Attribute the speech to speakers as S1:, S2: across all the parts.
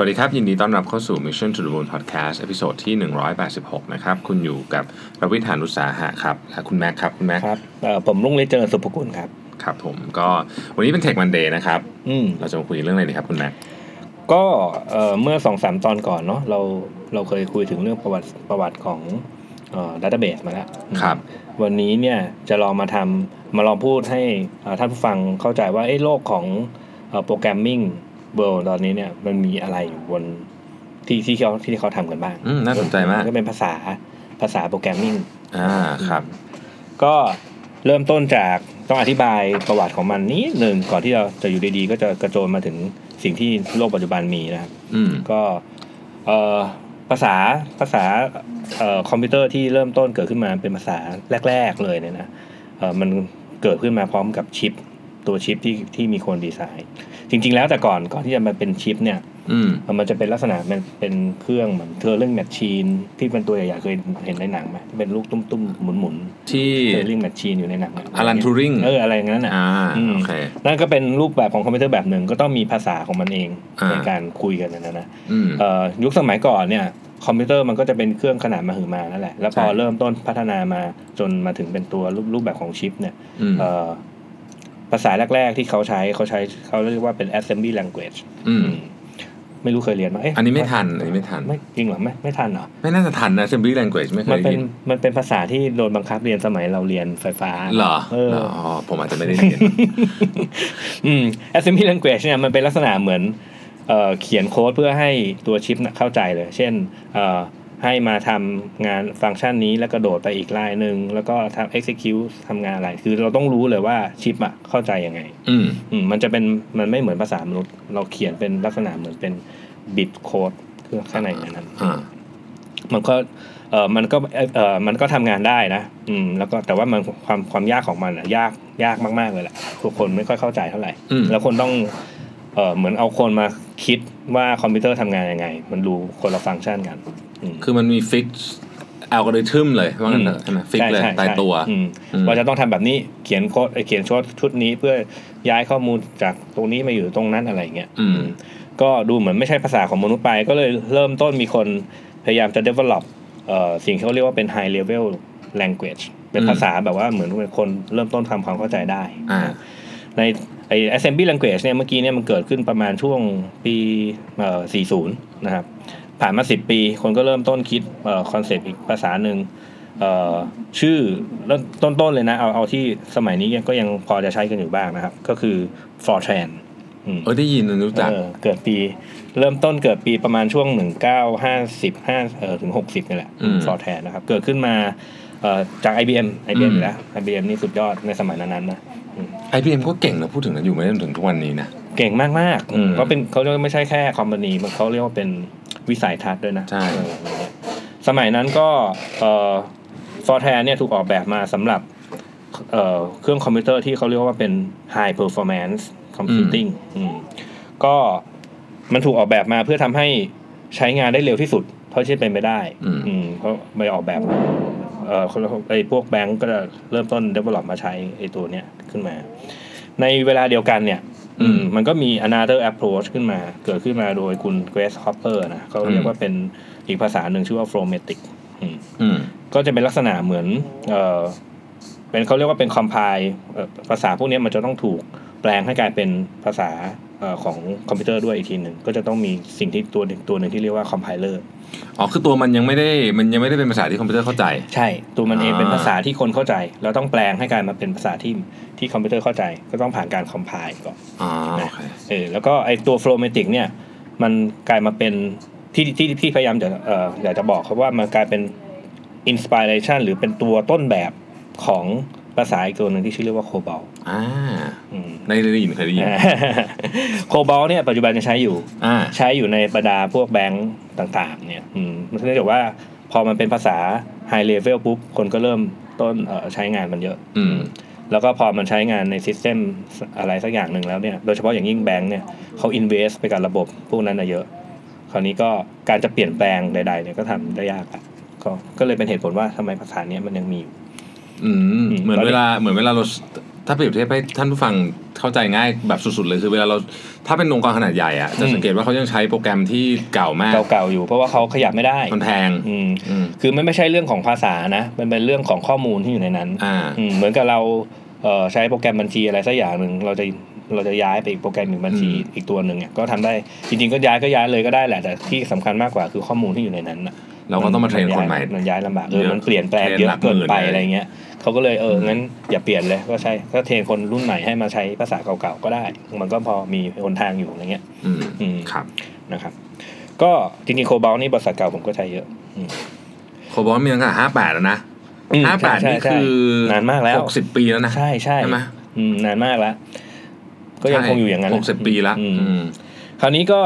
S1: วัสดีครับ ยินดีต้อนรับเข้าสู่ Mission to the Moon Podcast ตอนที่ 186 นะครับ คุณอยู่กับรวิทยานุสาหะครับและคุณแม็กครับคุณแม็ก
S2: ครับเอ่อผมลุงเล็กเจริญสุภกุลครับ
S1: ครับผมก็วันนี้เป็น Tech Monday นะครับ
S2: อืม
S1: เราจะมาคุยเรื่องอะไรดีครับคุณแม็ก
S2: ก็เอ่อเมื่อสองสามตอนก่อนเนาะเราเราเคยคุยถึงเรื่องประวัติประวัติของดัตเตอร์เบสมาแล้ว
S1: ครับ
S2: วันนี้เนี่ยจะลองมาทำมาลองพูดให้เอ่อท่านผู้ฟังเข้าใจว่าเอ้โลกของโปรแกรมมิ่งเวิลด์ตอนนี้เนี่ยมันมีอะไรอยู่บนที่ที่เขาที่เขาทำกันบ้าง
S1: อืมน่าสนใจมาก
S2: ก็เป็นภาษาภาษาโปรแกรมมิ่ง
S1: อ่าครับ
S2: ก็เริ่มต้นจากต้องอธิบายประวัติของมันนิดหนึ่งก่อนที่เราจะอยู่ดีๆ ก็จะกระโจนมาถึงสิ่งที่โลกปัจจุบันมีนะครับ
S1: อืม
S2: ก็เอ่อภาษาภาษาเอ่อคอมพิวเตอร์ที่เริ่มต้นเกิดขึ้นมาเป็นภาษาแรก ๆเลยเนี่ยนะเอ่อมันเกิดขึ้นมาพร้อมกับชิป ตัวชิปที่ที่มีคนดีไซน์ จริง ๆ แล้วแต่ก่อนก่อนที่จะมาเป็นชิปเนี่ย
S1: อืม
S2: มันจะเป็นลักษณะมันเป็นเครื่องเหมือนเทอร์เรื่องแมชชีนที่เป็นตัวใหญ่ๆเคยเห็นในหนังไหมที่เป็นลูกตุ้มๆหมุนๆ
S1: ที่
S2: เทลิงแมชชีนอยู่ในหนังะ
S1: Alan Turing
S2: เอออะไรอย่างนั้นอ่ะ
S1: อ่า
S2: อืม
S1: โอเค
S2: นั่นก็เป็นรูปแบบของคอมพิวเตอร์แบบหนึ่งก็ต้องมีภาษาของมันเอง
S1: อ่า
S2: ในการคุยกันนะนะ
S1: อืม
S2: เอ่อยุคสมัยก่อนเนี่ยคอมพิวเตอร์มันก็จะเป็นเครื่องขนาดมหึมานั่นแหละ แล้วพอ
S1: ใช่
S2: เริ่มต้นพัฒนามาจนมาถึงเป็นตัวรูปรูปแบบของชิปเนี่ย
S1: อืม
S2: เอ่อภาษาแรก ๆ ที่เขาใช้เขาใช้เขาเรียกว่าเป็น assembly language
S1: อืม
S2: อืมไม่รู้เคยเรียนไหมเะ
S1: อันนี้ไม่ทันอันนี้ไม่ทัน
S2: ไม่จริงเหรอไม่ไม่ทันเหรอ
S1: ไม่น่าจะทันนะ Assembly Language ไม่เค
S2: มัน
S1: ยได้
S2: เป็น
S1: ยิน
S2: มันเป็นภาษาที่โดนบังคับเรียนสมัยเราเรียนไฟฟ้า
S1: เหรอ
S2: เออ
S1: เหรออ๋อผมอาจจะไม่ได้เรียน
S2: อืม assembly language เนี่ยมันเป็นลักษณะเหมือนเอ่อเขียนโค้ดเพื่อให้ตัวชิปน่ะเข้าใจเลย เช่นเอ่อให้มาทำงานฟังก์ชันนี้แล้วกระโดดไปอีกลายหนึ่งแล้วก็ทำ execute ทำงานอะไร คือเราต้องรู้เลยว่าชิปอะเข้าใจยังไง
S1: อืม
S2: อืมมันจะเป็นมันไม่เหมือนภาษามนุษย์เราเขียนเป็นลักษณะเหมือนเป็นบิตโค้ดคือข้างในนั้น
S1: อ่า
S2: มันก็เออมันก็เออมันก็ทำงานได้นะอืมแล้วก็แต่ว่ามันความความยากของมันอะยากยากมาก ๆ เลยแหละทุกคนไม่ค่อยเข้าใจเท่าไหร่
S1: อืม
S2: แล้วคนต้องเอ่อเหมือนเอาคนมาคิดว่าคอมพิวเตอร์ทำงานยังไง มันดูคนละฟังก์ชันกันอืม
S1: คือมันมีฟิกอัลกอริทึมเลยว่างั้นเถอะใช่ไหมฟิกเลย
S2: ใช่ใช่
S1: ตายตัว
S2: อืม
S1: อืม
S2: ว่าจะต้องทำแบบนี้เขียนโค้ดเอ่อเขียนชุดชุดนี้เพื่อย้ายข้อมูลจากตรงนี้มาอยู่ตรงนั้นอะไรอย่างเงี้ย
S1: อืม
S2: ก็ดูเหมือนไม่ใช่ภาษาของมนุษย์ไป ก็เลยเริ่มต้นมีคนพยายามจะ develop เอ่อสิ่งที่เขาเรียกว่าเป็น high level language เป็น
S1: อืม
S2: ภาษาแบบว่าเหมือนคนเริ่มต้นทำความเข้าใจได้
S1: อ่า
S2: ในไอ assembly language เนี่ยเมื่อกี้เนี่ยมันเกิดขึ้นประมาณช่วงปีเอ่อ40 นะครับ ผ่านมา 10 ปี คนก็เริ่มต้นคิดเอ่อคอนเซปต์อีกภาษาหนึ่งเอ่อชื่อเริ่มต้นๆเลยนะ เอาเอาที่สมัยนี้ยังก็ยังพอจะใช้กันอยู่บ้างนะครับ ก็คือ Fortran อืม
S1: เออได้ยินรู้จัก
S2: เออเกิดปีเริ่มต้นเกิดปีประมาณช่วง 1950 5เอ่อถึง 60นี่แหละ
S1: อืม
S2: Fortran นะครับ เกิดขึ้นมาเอ่อจาก IBM IBM อยู่แล้ว IBM นี่สุดยอดในสมัยนั้นๆนะ
S1: ไอพีเอ็มก็เก่งนะพูดถึงนะอยู่มาจนถึงทุกวันนี้นะ
S2: เก่งมากมากๆ
S1: อืม
S2: เพราะเป็นเขาเรียกว่าไม่ใช่แค่คอมพานีมันเขาเรียกว่าเป็นวิสัยทัศน์ด้วยนะ
S1: ใช่
S2: เออสมัยนั้นก็เอ่อฟอร์แทนเนี่ยถูกออกแบบมาสำหรับเอ่อเครื่องคอมพิวเตอร์ที่เขาเรียกว่าเป็น high performance computing อืมก็มันถูกออกแบบมาเพื่อทำให้ใช้งานได้เร็วที่สุด เท่าที่เป็นไปได้
S1: อืม
S2: อืมเพราะไปออกแบบเอ่อคนไอ้พวกแบงก์ก็จะเริ่มต้น develop มาใช้ไอ้ตัวเนี้ยขึ้นมา ในเวลาเดียวกันเนี่ย
S1: อื
S2: อื
S1: ม
S2: มมันก็มี another approach ขึ้นมา เกิดขึ้นมาโดยคุณ Grace Hopper นะเขาเรีย
S1: อื
S2: ก
S1: ม
S2: ว่าเป็นอีกภาษาหนึ่งชื่อว่า Phronetic อืม
S1: อืม
S2: ก็จะเป็นลักษณะเหมือนเออเป็นเขาเรียกว่าเป็น compile เอ่อภาษาพวกเนี้ยมันจะต้องถูกแปลงให้กลายเป็นภาษาเอ่อของคอมพิวเตอร์ด้วยอีกทีหนึ่ง ก็จะต้องมีสิ่งที่ตัวหนึ่งตัวหนึ่งที่เรียกว่า compiler
S1: อ๋อคือตัวมันยังไม่ได้มันยังไม่ได้เป็นภาษาที่คอมพิวเตอร์เข้าใจ
S2: ใช่ ตัวมันเอง
S1: อ่า
S2: เป็นภาษาที่คนเข้าใจ แล้วต้องแปลงให้กลายมาเป็นภาษาที่ที่คอมพิวเตอร์เข้าใจ ก็ต้องผ่านการ compile ก่อน
S1: อ๋อโอเค
S2: เออแล้วก็ไอตัวโฟลเมติกเนี่ยมันกลายมาเป็นที่ที่ที่พยายามจะเอ่ออยากจะบอกครับว่ามันกลายเป็นอินสปิเรชันหรือเป็นตัวต้นแบบของภาษาอีกตัวหนึ่งที่ชื่อเรียกว่าโคบอล
S1: อ่าได้ได้ยินเคยได้ยิน
S2: โคบอล เนี่ยปัจจุบันยังใช้อยู่
S1: อ่า
S2: ใช้อยู่ในบรรดาพวกแบงก์ต่างๆเนี่ยอืมมันเนื่องจากว่าพอมันเป็นภาษาไฮเลเวลปุ๊บ คนก็เริ่มต้นเอ่อใช้งานมันเยอะ
S1: อืม
S2: แล้วก็พอมันใช้งานในซิสเต็มอะไรสักอย่างหนึ่งแล้วเนี่ย โดยเฉพาะอย่างยิ่งแบงก์เนี่ยเขาอินเวสไปกับระบบพวกนั้นนะเยอะ คราวนี้ก็การจะเปลี่ยนแปลงใดๆเนี่ยก็ทำได้ยากอะก็ก็เลยเป็นเหตุผลว่าทำไมภาษาเนี้ยมันยังมีอยู่
S1: อืมเหมือนเวลาเหมือนเวลาเรา ถ้าเปรียบเทียบให้ท่านผู้ฟังเข้าใจง่ายแบบสุดๆเลยคือเวลาเราถ้าเป็นองค์กรขนาดใหญ่อะจะสังเกตว่าเขายังใช้โปรแกรมที่เก่ามาก
S2: เก่าๆอยู่เพราะว่าเขาขยับไม่ได้
S1: มันแพง
S2: อืม
S1: อืม
S2: คือมันไม่ใช่เรื่องของภาษานะมันเป็นเรื่องของข้อมูลที่อยู่ในนั้น
S1: อ่า
S2: อืมเหมือนกับเราเอ่อใช้โปรแกรมบัญชีอะไรสักอย่างหนึ่งเราจะเราจะย้ายไปอีกโปรแกรมหนึ่งบัญชี
S1: อืม
S2: อีกตัวหนึ่งเนี่ยก็ทำได้จริงๆก็ย้ายก็ย้ายเลยก็ได้แหละแต่ที่สำคัญมากกว่าคือข้อมูลที่อยู่ในนั้นน่ะ
S1: เราก็ต้องมาเทรนคนใหม่
S2: มันย้ายลำบากเอ
S1: เย
S2: อ
S1: อะ
S2: มันเปลี่ยนแปลง
S1: เทรน
S2: เย
S1: หลัก
S2: อะเกิน
S1: ห
S2: ไป
S1: มื่นเลย
S2: อะไรเงี้ยเขาก็เลยเอองั้นอย่าเปลี่ยนเลยก็ใช่ก็เทรนคนรุ่นใหม่ให้มาใช้ภาษาเก่าๆก็ได้ มันก็พอมีหนทางอยู่อะไรเงี้ย
S1: อืม
S2: อืม
S1: ครับ
S2: นะครับ ก็จริงๆโคบอลนี่ภาษาเก่าผมก็ใช้เยอะ
S1: โคบอลมีตั้งแต่ห้าแปดแล้วนะ
S2: อืม
S1: ห้าแปด
S2: ใช่
S1: นี่
S2: ใช่
S1: คือ
S2: ใช่นานมากแล้ว
S1: หกสิบปีแล้วนะ
S2: ใช่ใช่
S1: ไหม
S2: อืมนานมากแล้ว ก็ยังคงอยู่อย่างนั้น
S1: หกสิบปีละ
S2: อืม
S1: อืม
S2: คราวนี้ก็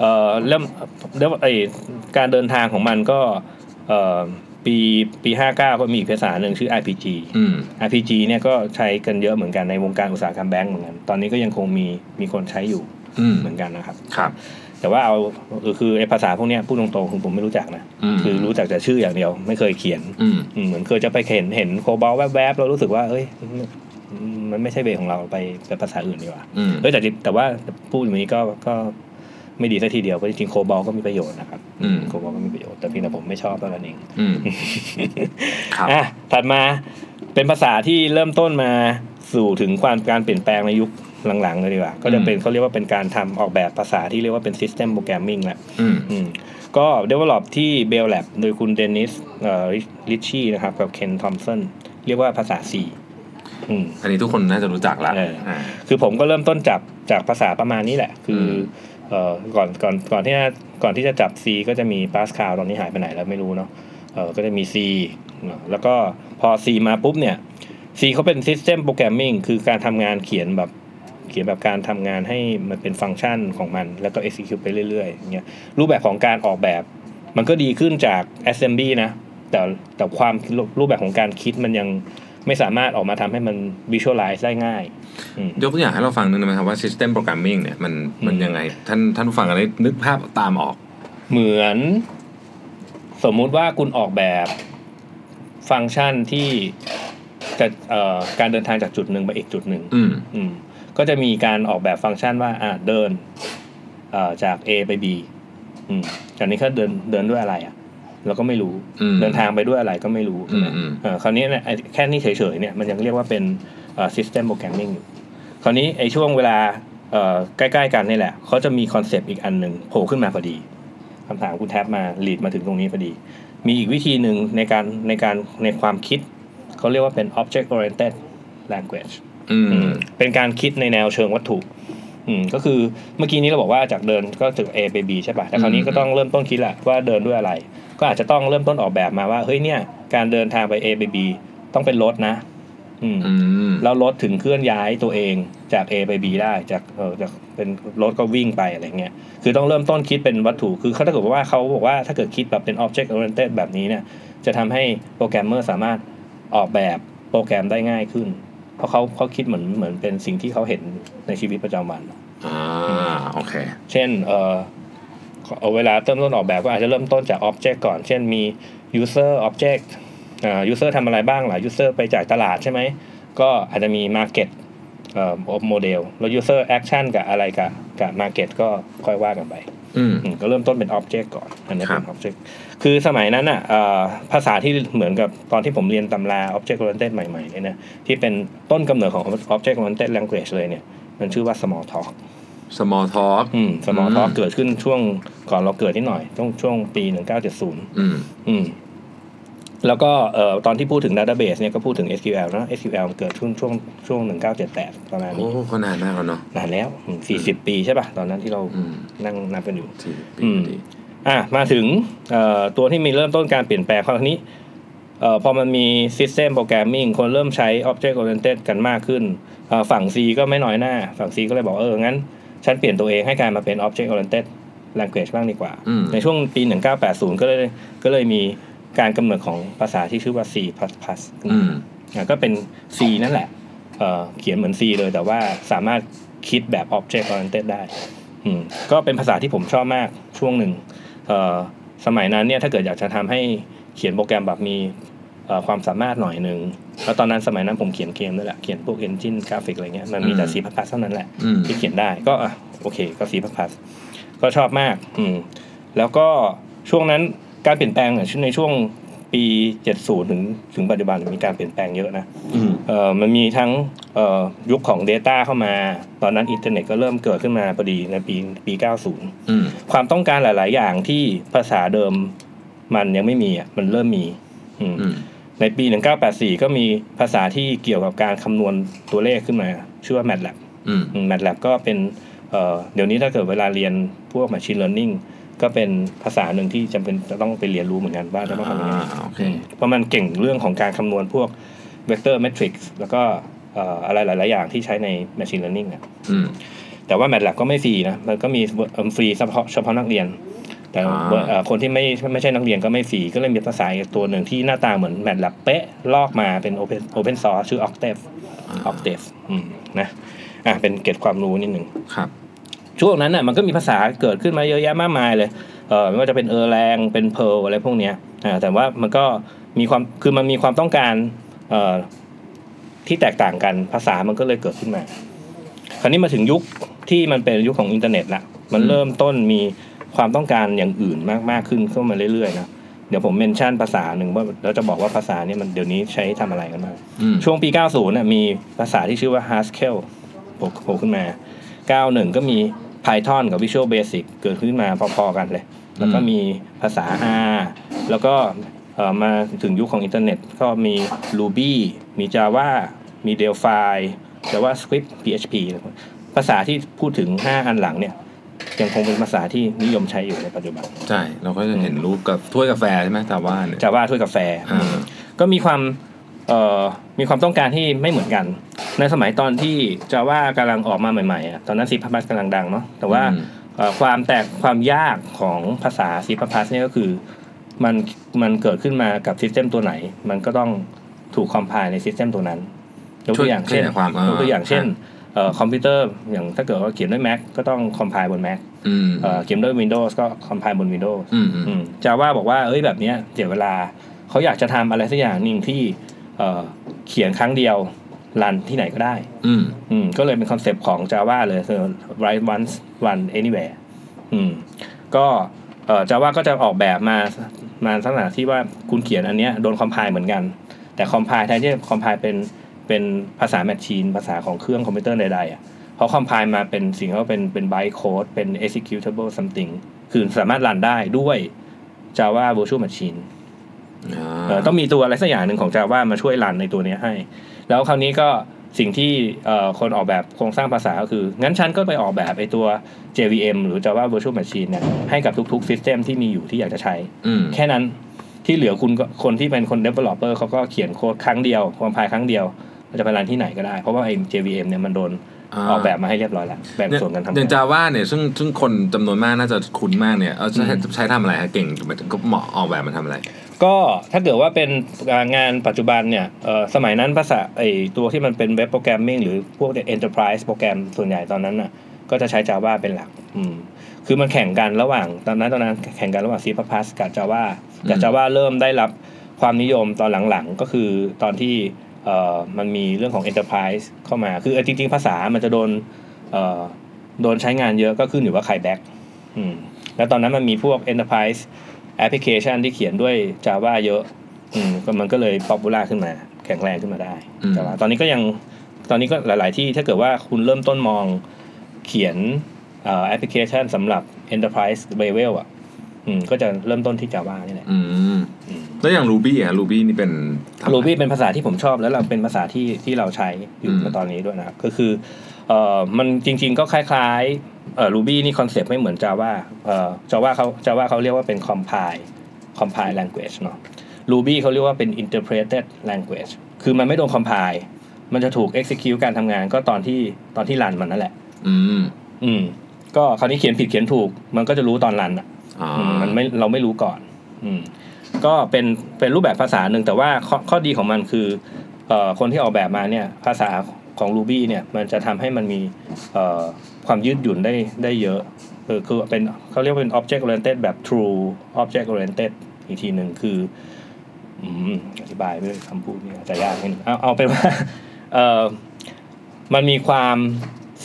S2: เอ่อเริ่มเริ่มไอการเดินทางของมันก็เอ่อปีปีห้าเก้าก็มีอีกภาษาหนึ่งชื่อ RPG
S1: อืม
S2: RPG เนี่ยก็ใช้กันเยอะเหมือนกันในวงการอุตสาหกรรมแบงก์เหมือนกัน ตอนนี้ก็ยังคงมีมีคนใช้อยู่
S1: อืม
S2: เหมือนกันนะครับ
S1: ครับ
S2: แต่ว่าเอาคือไอภาษาพวกเนี้ยพูดตรงๆคือผมไม่รู้จักนะ
S1: อืม
S2: คือรู้จักแต่ชื่ออย่างเดียว ไม่เคยเขียน
S1: อืม
S2: อืมเหมือนเคยจะไปเห็นเห็นโคบอลแวบๆเรารู้สึกว่าเอ้ยมันไม่ใช่เบของเราไปไปภาษาอื่นดีกว่า
S1: อืม
S2: เอ้ยแต่จริงแต่ว่าพูดอย่างนี้ก็ก็ไม่ดีซะทีเดียวเพราะจริงๆโคบอลก็มีประโยชน์นะครับ
S1: อืม
S2: โคบอลก็มีประโยชน์แต่เพียงแต่ผมไม่ชอบเท่านั้นเอง
S1: อืมครับ
S2: อ่ะถัดมาเป็นภาษาที่เริ่มต้นมาสู่ถึงความการเปลี่ยนแปลงในยุคหลังๆเลยดีกว่า ก็จะเป็นเขาเรียกว่าเป็นการทำออกแบบภาษาที่เรียกว่าเป็น System Programming แหละ
S1: อืม
S2: อืมก็ develop ที่ Bell Lab โดยคุณเดนิสเอ่อริชชี่นะครับ กับเคนทอมสันเรียกว่าภาษา C อืม
S1: อันนี้ทุกคนน่าจะรู้จักละ
S2: เอออ่
S1: า
S2: คือผมก็เริ่มต้นจับจากภาษาประมาณนี้แหละ คืออ
S1: ม
S2: เอ่อก่อนก่อนก่อนที่จะก่อนที่จะจับ C ก็จะมี Pascal ตอนนี้หายไปไหนแล้วไม่รู้เนาะเออก็จะมี C เนอะแล้วก็พอ C มาปุ๊บเนี่ย C เขาเป็น System Programming คือการทำงานเขียนแบบเขียนแบบการทำงานให้มันเป็นฟังก์ชันของมัน แล้วก็ execute ไปเรื่อยๆอย่างเงี้ยรูปแบบของการออกแบบ มันก็ดีขึ้นจาก assembly นะ แต่แต่ความรูปแบบของการคิดมันยังไม่สามารถออกมาทำให้มัน visualize ได้ง่ายอืม
S1: ยกตัวอย่างให้เราฟังหนึงได้ไหมครับว่า System Programming เนี่ยมัน
S2: อืม
S1: มันยังไง ท่านท่านผู้ฟังอะไรนึกภาพตามออก
S2: เหมือน สมมุติว่าคุณออกแบบฟังก์ชันที่จะเอ่อการเดินทางจากจุดหนึ่งไปอีกจุดหนึ่ง
S1: อืม
S2: อืมก็จะมีการออกแบบฟังก์ชันว่าอ่ะเดินเอ่อจาก A ไป B อืมจากนี้ก็เดินเดินด้วยอะไรอ่ะเราก็ไม่รู้
S1: อืม
S2: เดินทางไปด้วยอะไรก็ไม่รู้ใช่ไหม
S1: อืมอืม
S2: เอ่อคราวนี้เนี่ยไอ้แค่นี้เฉยๆเนี่ยมันยังเรียกว่าเป็นเอ่อ system programming อยู่คราวนี้ไอ้ช่วงเวลาเอ่อใกล้ๆกันนี่แหละเขาจะมีคอนเซปต์อีกอันหนึ่งโผล่ขึ้นมาพอดีคำถามคุณแท็บมาหลีดมาถึงตรงนี้พอดี มีอีกวิธีหนึ่งในการในการในความคิด เขาเรียกว่าเป็น object oriented language
S1: อืม
S2: เป็นการคิดในแนวเชิงวัตถุ อืมก็คือเมื่อกี้นี้เราบอกว่าจากเดินก็จาก A ไป B ใช่ป่ะ แต่คราวนี้
S1: อืม
S2: ก็ต้องเริ่มต้นคิดแหละว่าเดินด้วยอะไร ก็อาจจะต้องเริ่มต้นออกแบบมาว่า เฮ้ยเนี่ย การเดินทางไป A ไป B ต้องเป็นรถนะ อืม
S1: อืม
S2: แล้วรถถึงเคลื่อนย้ายตัวเองจาก A ไป B ได้จากเออจากเป็นรถก็วิ่งไปอะไรเงี้ย คือต้องเริ่มต้นคิดเป็นวัตถุ คือเขาถ้าเกิดว่าเขาบอกว่าถ้าเกิดคิดแบบเป็น object oriented แบบนี้เนี่ย จะทำให้โปรแกรมเมอร์สามารถออกแบบโปรแกรมได้ง่ายขึ้น เพราะเขาเขาคิดเหมือนเหมือนเป็นสิ่งที่เขาเห็นในชีวิตประจำวัน
S1: อ่าโอเค
S2: เช่นเออเอาเวลาเริ่มต้นออกแบบก็อาจจะเริ่มต้นจาก Object ก่อน เช่นมี User Object อ่า User ทำอะไรบ้างล่ะ User ไปจ่ายตลาดใช่ไหม ก็อาจจะมี Market เอ่อโมเดลแล้ว User Action กับอะไรกับกับ Market ก็ค่อยว่ากันไป
S1: อืม
S2: อืมก็เริ่มต้นเป็น Object ก่อน อันนี้
S1: ครั
S2: เป็
S1: บ
S2: น Object คือสมัยนั้นอ่ะเอ่อภาษาที่เหมือนกับตอนที่ผมเรียนตำรา Object Oriented ใหม่ๆเนี่ยนะที่เป็นต้นกำเนิดของ Object Oriented Language เลยเนี่ย มันชื่อว่า Small Talk
S1: small talk
S2: อืม Small Talk
S1: อืม
S2: เกิดขึ้นช่วงก่อนเราเกิดนิดหน่อยต้องช่วงปี 1970
S1: อืม
S2: อืม แล้วก็เอ่อตอนที่พูดถึง Database เนี่ยก็พูดถึง SQL นะ SQL มันเกิดขึ้นช่วงช่วง 1978 ประมาณ
S1: โอ้
S2: นี้
S1: ก็นานมากแล้วเนาะ
S2: นานแล้วอืม40 ปีใช่ป่ะตอนนั้นที่เรา
S1: อืม
S2: นั่งนับกันอยู่
S1: สี่ปี
S2: อื
S1: พ
S2: ม
S1: อดี
S2: อ่ะมาถึงเอ่อตัวที่มีเริ่มต้นการเปลี่ยนแปลงคราวนี้เอ่อพอมันมี System Programming คนเริ่มใช้ Object Oriented กันมากขึ้นเอ่อฝั่ง C ก็ไม่น้อยหน้า ฝั่ง C ก็เลยบอกเออ งั้น ฉันเปลี่ยนตัวเองให้กลายมาเป็น Object Oriented Language บ้างดีกว่า
S1: อืม
S2: ในช่วงปี 1980 ก็เลยก็เลยมีการกำเนิดของภาษาที่ชื่อว่า C++ ขึ้น
S1: อื
S2: มาม อ่ะก็เป็น C นั่นแหละเอ่อเขียนเหมือน C เลยแต่ว่าสามารถคิดแบบ Object Oriented ได้อืมก็เป็นภาษาที่ผมชอบมากช่วงหนึ่ง เอ่อสมัยนั้นเนี่ยถ้าเกิดอยากจะทำให้เขียนโปรแกรมแบบมี อ่อความสามารถหน่อยหนึ่งแล้วตอนนั้นสมัยนั้นผมเขียนเกมด้วยแหละเขียนพวกเอนจินกราฟิกอะไรเงี้ยมันมีแต่
S1: อืม
S2: สีพัพัเท่านั้นแหละ
S1: อืม
S2: ที่เขียนได้ก็อ่ะโอเคก็สีพัพัสก็ชอบมากอืมแล้วก็ช่วงนั้นการเปลี่ยนแปลงอ่ะในช่วงปี 70 ถึงถึงปัจจุบันมีการเปลี่ยนแปลงเยอะนะ
S1: อืม
S2: เอ่อมันมีทั้งเอ่อยุคของ Data เข้ามา ตอนนั้นอินเทอร์เน็ตก็เริ่มเกิดขึ้นมาพอดีในปีปี 90
S1: อืม
S2: ความต้องการหลาย ๆ อย่างที่ภาษาเดิมมันยังไม่มีอ่ะมันเริ่มมีอืม
S1: อืม
S2: ในปี 1984 ก็มีภาษาที่เกี่ยวกับการคำนวณตัวเลขขึ้นมา ชื่อว่า MATLAB
S1: อืม
S2: อืม MATLAB ก็เป็นเอ่อเดี๋ยวนี้ถ้าเกิดเวลาเรียนพวก Machine Learning ก็เป็นภาษาหนึ่งที่จำเป็นจะต้องไปเรียนรู้เหมือนกันว่าจะต้องทำยังไง
S1: อ่าโอเค
S2: เพราะมันเก่งเรื่องของการคำนวณพวกเวกเตอร์แมทริกซ์แล้วก็เอ่ออะไรหลาย ๆ อย่างที่ใช้ใน Machine Learning อะ
S1: อืม
S2: แต่ว่า MATLAB ก็ไม่ฟรีนะ มันก็มีเอิ่มฟรีเฉพาะเฉพาะนักเรียน แต่
S1: อ่า
S2: เอ่อคนที่ไม่ไม่ใช่นักเรียนก็ไม่ฟรี ก็เลยมีภาษาอีกตัวหนึ่งที่หน้าตาเหมือน MATLAB เป๊ะ ลอกมาเป็น Open Open Source ชื่อ Octave
S1: อ่า
S2: Octave อืมนะอ่ะเป็นเกร็ดความรู้นิดหนึ่ง
S1: ครับ
S2: ช่วงนั้นน่ะมันก็มีภาษาเกิดขึ้นมาเยอะแยะมากมายเลยเออไม่ว่าจะเป็นเออแรงเป็นเพลอะไรพวกเนี้ยอ่าแต่ว่ามันก็มีความคือมันมีความต้องการเอ่อที่แตกต่างกันภาษามันก็เลยเกิดขึ้นมา คราวนี้มาถึงยุคที่มันเป็นยุคของอินเทอร์เน็ตละมัน
S1: อืม
S2: เริ่มต้นมีความต้องการอย่างอื่นมากมากๆขึ้นเข้ามาเรื่อยๆนะเดี๋ยวผมเมนชั่นภาษาหนึ่งว่าแล้วจะบอกว่าภาษาเนี่ยมันเดี๋ยวนี้ใช้ทำอะไรกันบ้าง
S1: อืม
S2: ช่วงปี 90น่ะมีภาษาที่ชื่อว่า Haskell โผล่โผล่ขึ้นมา 91 ก็มี Python กับ Visual Basic เกิดขึ้นมาพอๆกันเลย แล้วก็มีภาษา R แล้วก็เอ่อมาถึงยุคของอินเทอร์เน็ตก็มี Ruby มี Java มี Delphi JavaScript PHP นะครับภาษาที่พูดถึง 5 อันหลังเนี่ย ยังคงเป็นภาษาที่นิยมใช้อยู่ในปัจจุบัน
S1: ใช่ เราก็จะเห็นรูปกับถ้วยกาแฟใช่ไหมแต่ว่าเนี่ย
S2: Java ถ้วยกาแฟ
S1: อ่า
S2: ก็มีความเอ่อมีความต้องการที่ไม่เหมือนกัน ในสมัยตอนที่จาว่ากำลังออกมาใหม่ๆอ่ะตอนนั้นซีพัพัสกำลังดังเนาะแต่ว่า
S1: อืม
S2: เอ่อความแตกความยากของภาษาซีพัพัสเนี่ยก็คือมันมันเกิดขึ้นมากับซิสเต็มตัวไหน มันก็ต้องถูกคอมไพล์ในซิสเต็มตัวนั้นยกตัวอย่างเช่น
S1: ช่วยขยายความเออย
S2: กตัวอย่างเช่น
S1: ฮะ
S2: เอ่อคอมพิวเตอร์อย่างถ้าเกิดว่าเขียนด้วย Mac ก็ต้องคอมไพล์บน Mac
S1: อืม
S2: เอ่อเขียนด้วย Windows ก็คอมไพล์บน Windows
S1: อืมอืม
S2: จาว่าบอกว่า เอ้ยแบบเนี้ยเสียเวลาเขาอยากจะทำอะไรสักอย่างหนึ่งที่เอ่อเขียนครั้งเดียวรันที่ไหนก็ได้
S1: อืม
S2: อืมก็เลยเป็นคอนเซปต์ของ Java เลย so write once run anywhere อืมก็เอ่อ Java ก็จะออกแบบมามาลักษณะที่ว่าคุณเขียนอันเนี้ยโดนคอมไพล์เหมือนกัน แต่คอมไพล์แทนที่จะคอมไพล์เป็นเป็นภาษาแมชชีน ภาษาของเครื่องคอมพิวเตอร์ใดๆอ่ะเขาคอมไพล์มาเป็นสิ่งที่ว่าเป็นเป็นไบโคดเป็น executable something คือสามารถรันได้ด้วย Java Virtual Machine เอ่อต้องมีตัวอะไรสักอย่างหนึ่งของ Java มาช่วยรันในตัวเนี้ยให้ แล้วคราวนี้ก็สิ่งที่เอ่อคนออกแบบโครงสร้างภาษาก็คือ งั้นฉันก็ไปออกแบบไอตัว JVM หรือ Java Virtual Machine เนี่ยให้กับทุกๆ System ที่มีอยู่ที่อยากจะใช้
S1: อืม
S2: แค่นั้นที่เหลือคุณก็คนที่เป็นคน Developer เขาก็เขียนโค้ดครั้งเดียวคอมไพล์ครั้งเดียวมันจะไปรันที่ไหนก็ได้ เพราะว่าไอ JVM เนี่ยมันโดนออกแบบมาให้เรียบร้อยแล้วแบ่งส่วนกัน
S1: อ
S2: ทำง
S1: ย่าง
S2: าน
S1: จาว่าเนี่ยซึ่งซึ่งคนจำนวนมากน่าจะคุ้นมากเนี่ยเอาใช้ใช้ทำอะไรฮะเก่งหมายถึงก็เหมาะออกแบบมันทำอะไร
S2: ก็ถ้าเกิดว่าเป็นงานปัจจุบันเนี่ยเอ่อสมัยนั้นภาษาไอตัวที่มันเป็นเว็บโปรแกรมมิ่งหรือพวก Enterprise โปรแกรมส่วนใหญ่ตอนนั้นน่ะก็จะใช้ Java เป็นหลักอืมคือมันแข่งกันระหว่างตอนนั้นตอนนั้นแข่งกันระหว่าง C++ กับ Java แต่
S1: อืม
S2: Java เริ่มได้รับความนิยมตอนหลังๆ ก็คือตอนที่เอ่อมันมีเรื่องของ Enterprise เข้ามาคือเอ่อจริงๆ ภาษามันจะโดนเอ่อโดนใช้งานเยอะก็ขึ้นอยู่ว่าใครแบ็กอืมแล้วตอนนั้นมันมีพวก Enterprise แอปพลิเคชันที่เขียนด้วย Java เยอะ อืมก็มันก็เลยป๊อปปูล่าขึ้นมา แข็งแรงขึ้นมาได้
S1: อืม
S2: Java ตอนนี้ก็ยัง ตอนนี้ก็หลาย ๆ ที่ถ้าเกิดว่าคุณเริ่มต้นมองเขียนเอ่อแอปพลิเคชันสำหรับ Enterprise Level อ่ะ อืม ก็จะเริ่มต้นที่ Java นี่แหละ
S1: อืมแล้วอย่าง Ruby อ่ะ Ruby นี่เป็นทำอะไร
S2: รูบี้เป็นภาษาที่ผมชอบแล้วเราเป็นภาษาที่ที่เราใช้อยู่
S1: อืม
S2: ณตอนนี้ด้วยนะครับ ก็คือเอ่อมันจริง ๆ ก็คล้าย ๆเอ่อรูบี้นี่คอนเซปต์ไม่เหมือน Java เอ่อ Java เขา Java เขาเรียกว่าเป็น compile compile language เนาะ Ruby เขาเรียกว่าเป็น interpreted language คือมันไม่โดน compile มันจะถูก execute การทำงานก็ตอนที่ตอนที่รันมันนั่นแหละ
S1: อืม
S2: อืม ก็คราวนี้เขียนผิดเขียนถูก มันก็จะรู้ตอนรันอ่ะ
S1: อ่า
S2: อืมมันไม่เราไม่รู้ก่อน อืม ก็เป็นเป็นรูปแบบภาษาหนึ่งแต่ว่าข้อข้อดีของมันคือเอ่อคนที่ออกแบบมาเนี่ย ภาษาของ Ruby เนี่ยมันจะทำให้มันมีเอ่อความยืดหยุ่นได้ได้เยอะเออคือเป็นเขาเรียกว่าเป็น object oriented แบบ true object oriented อีกทีหนึ่งคือ อืมอธิบายด้วยคำพูดนี่อาจจะยากนิดนึงเอาเอาเป็นว่า เออมันมีความ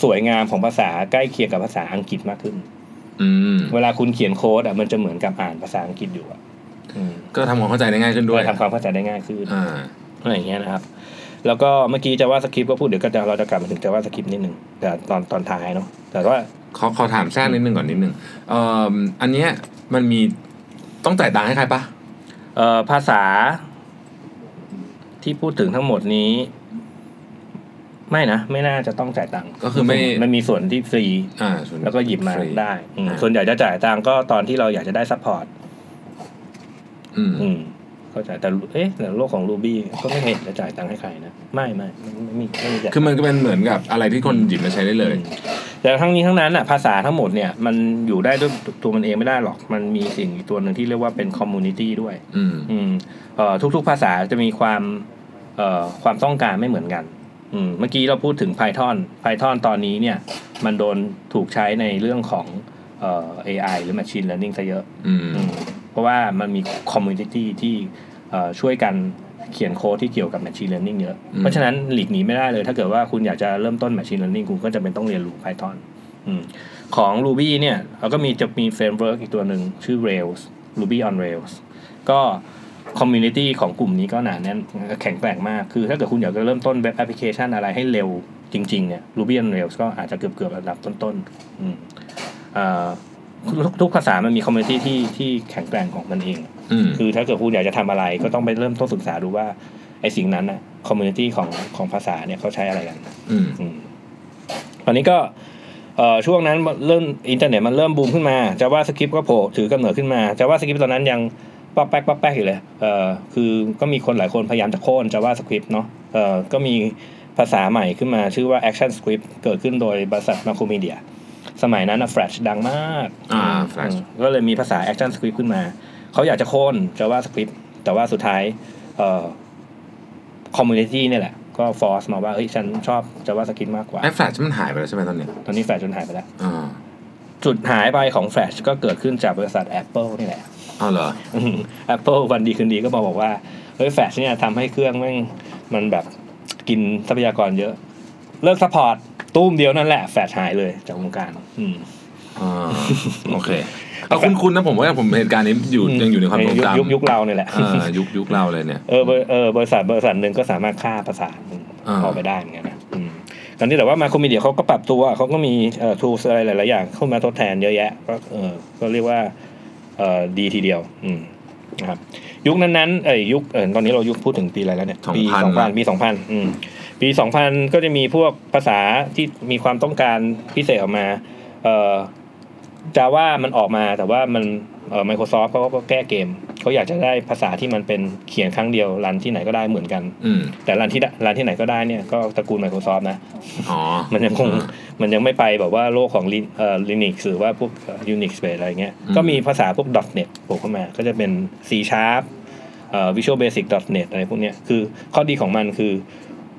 S2: สวยงามของภาษาใกล้เคียงกับภาษาอังกฤษมากขึ้น
S1: อืม
S2: เวลาคุณเขียนโค้ดอ่ะมันจะเหมือนกับอ่านภาษาอังกฤษอยู่อ่ะอืม
S1: ก็ทำความเข้าใจได้ง่ายขึ้นด้
S2: ด้
S1: ว
S2: วย ยทำความเข้าใจได้ง่ายขึ้น
S1: อ่า
S2: อะไรอย่างเงี้ยนะครับ แล้วก็เมื่อกี้จะว่าสคริปต์ก็พูดเดี๋ยวก็จะเราจะกลับมาถึงจะว่าสคริปต์นิดนึงแต่ตอนตอนท้ายเนาะแต่ว่า
S1: ขอขอถามแทรกนิดนึงก่อนนิดนึงเอ่ออันเนี้ยมันมีต้องจ่ายตังค์ให้ใครปะ
S2: เอ่อภาษาที่พูดถึงทั้งหมดนี้ ไม่นะ ไม่น่าจะต้องจ่ายตังค์
S1: ก็คือไม่
S2: มันมีส่วนที่ฟรี
S1: อ่า
S2: แล้วก็หยิบมา
S1: ฟรี
S2: ได้อืม
S1: อ่า
S2: ส่วนใหญ่จะจ่ายตังค์ก็ตอนที่เราอยากจะได้ซัพพอร์ต
S1: อืม
S2: อืมเข้าใจแต่เอ๊ะแต่โลกของรูบี้ก็ไม่เห็นจะจ่ายตังค์ให้ใครนะไม่ไม่ไม่มีไม่มีจ่าย
S1: คือมันก็เป็นเหมือนกับอะไรที่คนหยิบมาใช้ได้เลย
S2: แต่ทั้งนี้ทั้งนั้นอ่ะภาษาทั้งหมดเนี่ยมันอยู่ได้ด้วยตัวมันเองไม่ได้หรอกมันมีสิ่งอีกตัวหนึ่งที่เรียกว่าเป็นคอมมูนิตี้ด้วย
S1: อืม
S2: อืมเอ่อทุกๆภาษาจะมีความเอ่อความต้องการไม่เหมือนกันอืมเมื่อกี้เราพูดถึง Python Python ตอนนี้เนี่ยมันโดนถูกใช้ในเรื่องของเอ่อ AI หรือ Machine Learning ซะเยอะ
S1: อืม
S2: อืมเพราะว่ามันมีคอมมูนิตี้ที่เอ่อช่วยกันเขียนโค้ดที่เกี่ยวกับ Machine Learning เยอะ
S1: อืม
S2: เพราะฉะนั้นหลีกหนีไม่ได้เลย ถ้าเกิดว่าคุณอยากจะเริ่มต้น Machine Learning คุณก็จะเป็นต้องเรียนรู้ Python อืมของ Ruby เนี่ยเราก็มีจะมีเฟรมเวิร์กอีกตัวหนึ่งชื่อ Rails Ruby on Rails ก็คอมมูนิตี้ของกลุ่มนี้ก็หนาแน่นแข็งแกร่งมาก คือถ้าเกิดคุณอยากจะเริ่มต้นเว็บแอปพลิเคชันอะไรให้เร็วจริงๆเนี่ย Ruby on Rails ก็อาจจะเกือบเกือบๆระดับต้นๆอืมเอ่อ ทุกทุกภาษามันมีคอมมูนิตี้ที่ที่แข็งแกร่งของมันเอง
S1: อืม
S2: คือถ้าเกิดคุณอยากจะทำอะไรก็ต้องไปเริ่มต้นศึกษาดูว่าไอ้สิ่งนั้นน่ะคอมมูนิตี้ของของภาษาเนี่ยเขาใช้อะไรกัน
S1: อืม
S2: อืมตอนนี้ก็เอ่อช่วงนั้นเริ่มอินเทอร์เน็ตมันเริ่มบูมขึ้นมา จะว่าสคริปก็โผล่ถือกำเนิดขึ้นมา จะว่าสคริปตอนนั้นยังป๊อกแป๊กป๊อกแป๊กอยู่เลยเอ่อคือก็มีคนหลายคนพยายามจะโค่นจะว่าสคริปเนาะเอ่อก็มีภาษาใหม่ขึ้นมาชื่อว่า Action Script เกิดขึ้นโดยบริษัทมาคูมีเดียสมัยนั้นอะแฟลชดังมาก
S1: อ่า Flash
S2: อืมก็เลยมีภาษา Action Script ขึ้นมา เขาอยากจะโค่น Java Script แต่ว่าสุดท้ายเอ่อคอมมูนิตี้เนี่ยแหละ ก็ฟอร์สมาว่า เฮ้ย ฉันชอบ Java Script มากกว่า
S1: ไอ้แฟลชมันหายไปแล้วใช่ไหมตอนเนี้ย
S2: ตอนนี้แฟลชจนหายไปแล้ว
S1: อ่า
S2: จุดหายไปของแฟลชก็เกิดขึ้นจากบริษัท Apple นี่แหละ
S1: อ้าวเหรอ
S2: Apple วันดีคืนดีก็มาบอกว่า เฮ้ยแฟลชเนี่ยทำให้เครื่องแม่งมันแบบกินทรัพยากรเยอะ เลิกสปอร์ตตู้มเดียวนั่นแหละแฟลชหายเลยจากวงการอืม
S1: อ่าโอเคเอาคุณคุณนะผมว่าผมเหตุการณ์นี้อยู่
S2: อืม
S1: ยังอยู่ในความทรง
S2: ยุค
S1: จำ
S2: ยุคเราเนี่ยแหละ
S1: อ่ายุคยุคเราเลยเนี่ย
S2: เออบริเออบริษัทบริษัทหนึ่งก็สามารถฆ่าประสาทหนึ่ง
S1: อ่า
S2: เอาไปได้เหมือนกันนะอืมตอนนี้แต่ว่ามาคอมมีเดียเขาก็ปรับตัวเขาก็มีเอ่อทูสอะไรหลาย ๆ อย่างเข้ามาทดแทนเยอะแยะก็เออก็เรียกว่าเออดีทีเดียวอืมนะครับยุคนั้นๆเอ้ยยุคเออตอนนี้เรายุคพูดถึงปีอะไรแล้วเนี่ยปี
S1: 2000
S2: สองพันปีสองพันอืมปีสองพันก็จะมีพวกภาษาที่มีความต้องการพิเศษออกมาเอ่อ จาว่ามันออกมาแต่ว่ามันเอ่อ Microsoft เขาก็แก้เกม เขาอยากจะได้ภาษาที่มันเป็นเขียนครั้งเดียวรันที่ไหนก็ได้เหมือนกัน
S1: อืม
S2: แต่รันที่ได้รันที่ไหนก็ได้เนี่ยก็ตระกูล Microsoft นะ
S1: อ๋อ
S2: มันยังคง
S1: อ่า
S2: มันยังไม่ไปแบบว่าโลกของลิเอ่อ Linux หรือว่าพวก Unix ไปอะไรเงี้ย
S1: อืม
S2: ก็มีภาษาพวก .NET โผล่เข้ามา ก็จะเป็น C Sharp เอ่อ Visual Basic .NET อะไรพวกเนี้ยคือข้อดีของมันคือ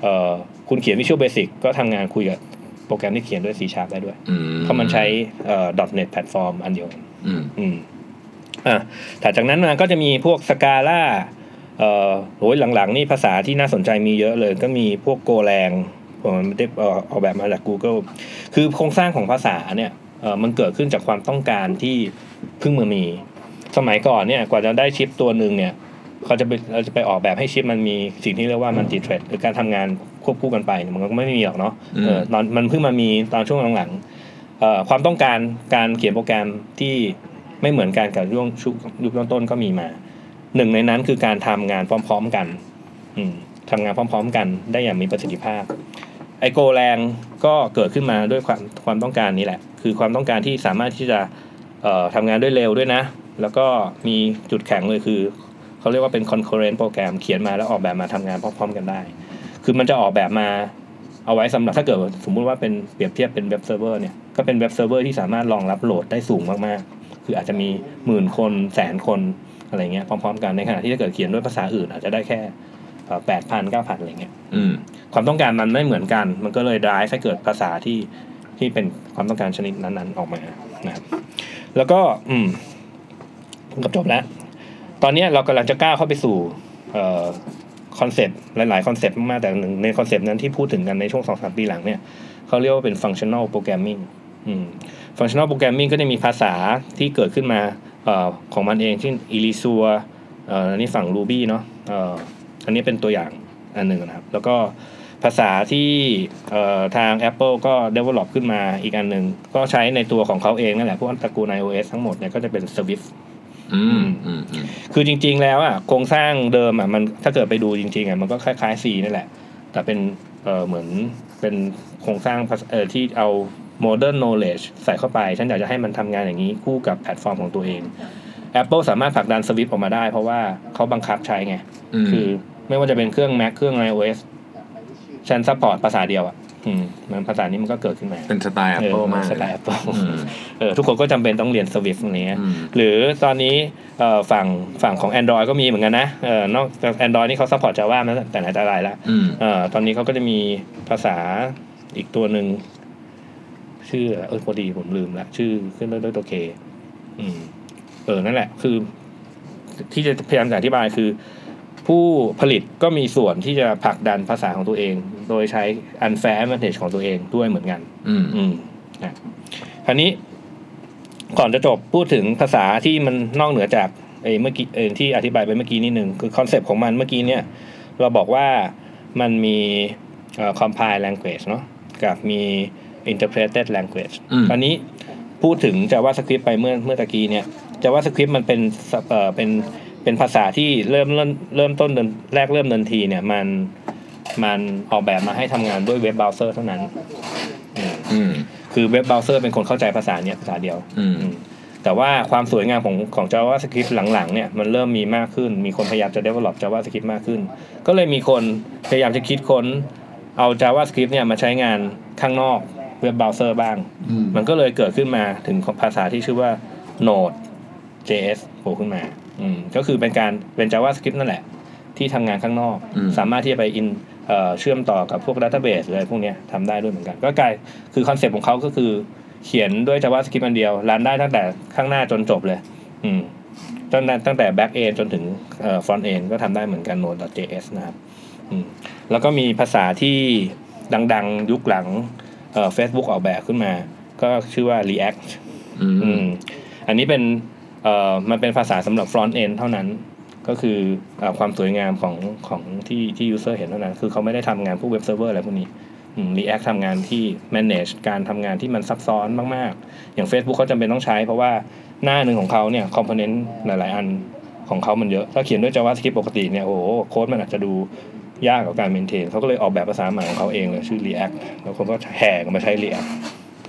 S2: เอ่อคุณเขียน Visual Basic ก็ทำงานคุยกับโปรแกรมที่เขียนด้วย C Sharp ได้ด้วย
S1: อื
S2: เพราะมันใช้เอ่อ .NET แพลตฟอร์มอันเดียวกัน
S1: อืม
S2: อืมอ่ะถัดจากนั้นมาก็จะมีพวกสกาล่าเอ่อโอ้ยหลังๆ นี่ภาษาที่น่าสนใจมีเยอะเลย ก็มีพวกโกแรงผมไม่ได้เอ่อออกแบบมาจาก Google คือโครงสร้างของภาษาเนี่ยเอ่อมันเกิดขึ้นจากความต้องการที่เพิ่งมามี สมัยก่อนเนี่ยกว่าจะได้ชิปตัวหนึ่งเนี่ยเขาจะไปเราจะไปออกแบบให้ชิปมันมีสิ่งที่เรียกว่ามันติเทรดหรือการทำงานควบคู่กันไปเนี่ยมันก็ไม่มีหรอกเนาะ
S1: อื
S2: เอ
S1: ม
S2: อตอนมันเพิ่งมามีตอนช่วงหลังๆเอ่อความต้องการการเขียนโปรแกรมที่ไม่เหมือนกันกับช่วงชุยุคเริ่มต้นก็มีมา หนึ่งในนั้นคือการทำงานพร้อม ๆกัน อืมทำงานพร้อม ๆ กันได้อย่างมีประสิทธิภาพ ไอโกแรงก็เกิดขึ้นมาด้วยความความต้องการนี้แหละ คือความต้องการที่สามารถที่จะเอ่อทำงานด้วยเร็วด้วยนะ แล้วก็มีจุดแข็งเลยคือเขาเรียกว่าเป็น concurrent โปรแกรมเขียนมาแล้วออกแบบมาทำงานพร้อม ๆ กันได้ คือมันจะออกแบบมาเอาไว้สำหรับถ้าเกิดสมมุติว่าเป็นเปรียบเทียบเป็นเว็บเซิร์ฟเวอร์เนี่ยก็เป็นเว็บเซิร์ฟเวอร์ที่สามารถรองรับโหลดได้สูงมากๆ คืออาจจะมีหมื่นคนแสนคนอะไรเงี้ยพร้อม ๆ กันในขณะที่ถ้าเกิดเขียนด้วยภาษาอื่น อาจจะได้แค่แปดพันเก้าพันอะไรเงี้ย
S1: อืม
S2: ความต้องการมันไม่เหมือนกัน มันก็เลยร้ายให้เกิดภาษาที่ที่เป็นความต้องการชนิดนั้นๆออกมานะครับ แล้วก็อืมเกับจบแล้ว ตอนเนี้ยเรากำลังจะก้าวเข้าไปสู่ คอนเซปต์หลาย ๆ คอนเซปต์มากๆแต่หนึ่งในคอนเซปต์นั้นที่พูดถึงกันในช่วงสองสามปีหลังเนี่ยเขาเรียกว่าเป็น functional programming อืม functional programming ก็จะมีภาษาที่เกิดขึ้นมาเออของมันเองเช่น Elixir เอ่ออันนี้ฝั่ง Ruby เนาะเอ่ออันนี้เป็นตัวอย่างอันหนึ่งนะครับ แล้วก็ภาษาที่เอ่อทาง Apple ก็ develop ขึ้นมาอีกอันหนึ่งก็ใช้ในตัวของเขาเองนั่นแหละพวกตระกูล iOS ทั้งหมดเนี่ยก็จะเป็น Swift
S1: อืมอืมอืม
S2: คือจริง ๆ แล้วอ่ะโครงสร้างเดิมอ่ะมันถ้าเกิดไปดูจริง ๆอ่ะมันก็คล้ายๆ C นี่แหละ แต่เป็นเออเหมือนเป็นโครงสร้างภาษเออที่เอา modern knowledge ใส่เข้าไป ฉันอยากจะให้มันทำงานอย่างนี้คู่กับแพลตฟอร์มของตัวเอง Apple สามารถผลักดันสวิฟออกมาได้ เพราะว่าเขาบังคับใช้ไง
S1: ม
S2: คือไม่ว่าจะเป็นเครื่อง Mac เครื่อง iOS ฉันซัพพอร์ตภาษาเดียวอ่ะอืมมันภาษานี้มันก็เกิดขึ้นมา
S1: เป็นสไตล์ Apple มาก
S2: เออสไตล์ Apple
S1: อืม
S2: เออทุกคนก็จำเป็นต้องเรียนสวิฟตรงนี้
S1: อืม
S2: หรือตอนนี้เอ่อฝั่งฝั่งของ Android ก็มีเหมือนกันนะเออนอกจาก Android นี่เขาซัพพอร์ต Java มาตั้งแต่ไหนแต่ไรแล้ว
S1: อืม
S2: เอ่อตอนนี้เขาก็จะมีภาษาอีกตัวหนึ่ง ชื่อเออพอดีผมลืมละชื่อขึ้นด้วยด้วยตัวเคอืมเออนั่นแหละ คือ ที่จะพยายามจะอธิบายคือ ผู้ผลิตก็มีส่วนที่จะผลักดันภาษาของตัวเอง โดยใช้ unfair advantage ของตัวเองด้วยเหมือนกัน
S1: อืม
S2: อืมนะคราวนี้ก่อนจะจบพูดถึงภาษาที่มันนอกเหนือจากไอ้เมื่อกี้เอ่อที่อธิบายไปเมื่อกี้นิดหนึ่งคือคอนเซปต์ของมันเมื่อกี้เนี่ย เราบอกว่ามันมีเอ่อ compile language เนาะกับมี interpreted language
S1: อืม
S2: คราวนี้พูดถึง JavaScript ไปเมื่อเมื่อตะกี้เนี่ย JavaScript มันเป็นสเอ่อเป็นเป็นภาษาที่เริ่มเริ่มเริ่มต้นเดินแรกเริ่มเดินทีเนี่ยมันมันออกแบบมาให้ทำงานด้วยเว็บเบราว์เซอร์เท่านั้นอืม
S1: อืม
S2: คือเว็บเบราว์เซอร์เป็นคนเข้าใจภาษาเนี่ยภาษาเดียว
S1: อืม
S2: อืมแต่ว่าความสวยงามของของ JavaScript หลังๆเนี่ยมันเริ่มมีมากขึ้น มีคนพยายามจะ develop JavaScript มากขึ้น ก็เลยมีคนพยายามจะคิดค้นเอา JavaScript เนี่ยมาใช้งานข้างนอกเว็บเบราว์เซอร์บ้าง
S3: อืม
S2: มันก็เลยเกิดขึ้นมาถึงภาษาที่ชื่อว่า Node JS โผล่ขึ้นมาอืมก็คือเป็นการเป็น JavaScript นั่นแหละ ที่ทำงานข้างนอก
S1: อืม
S2: สามารถที่จะไปอินเอ่อเชื่อมต่อกับพวกดัตเตอร์เบสอะไรพวกเนี้ยทำได้ด้วยเหมือนกัน ก็กลายคือคอนเซปต์ของเขาก็คือเขียนด้วย JavaScript อันเดียว รันได้ตั้งแต่ข้างหน้าจนจบเลย อืมตั้งแต่ตั้งแต่ back end จนถึงเอ่อ front end ก็ทำได้เหมือนกัน Node.js นะครับอืมแล้วก็มีภาษาที่ดังๆ ยุคหลังเอ่อ Facebook ออกแบบขึ้นมา ก็ชื่อว่า React
S1: อื
S2: อื
S1: ม
S2: มอันนี้เป็นเอ่อมันเป็นภาษาสำหรับ front end เท่านั้น ก็คือเอ่อความสวยงามของของที่ที่ user เห็นเท่านั้น คือเขาไม่ได้ทำงานพวกเว็บเซิร์ฟเวอร์อะไรพวกนี้อืม React ทำงานที่ manage การทำงานที่มันซับซ้อนมาก ๆ อย่าง Facebook เขาจำเป็นต้องใช้ เพราะว่าหน้าหนึ่งของเขาเนี่ย component หลาย ๆ อันของเขามันเยอะ ถ้าเขียนด้วย JavaScript ปกติเนี่ย โอ้โหโค้ดมันอาจจะดูยากกับการ maintain เขาก็เลยออกแบบภาษาใหม่ของเขาเองเลยชื่อ React แล้วคนก็แห่กันมาใช้ React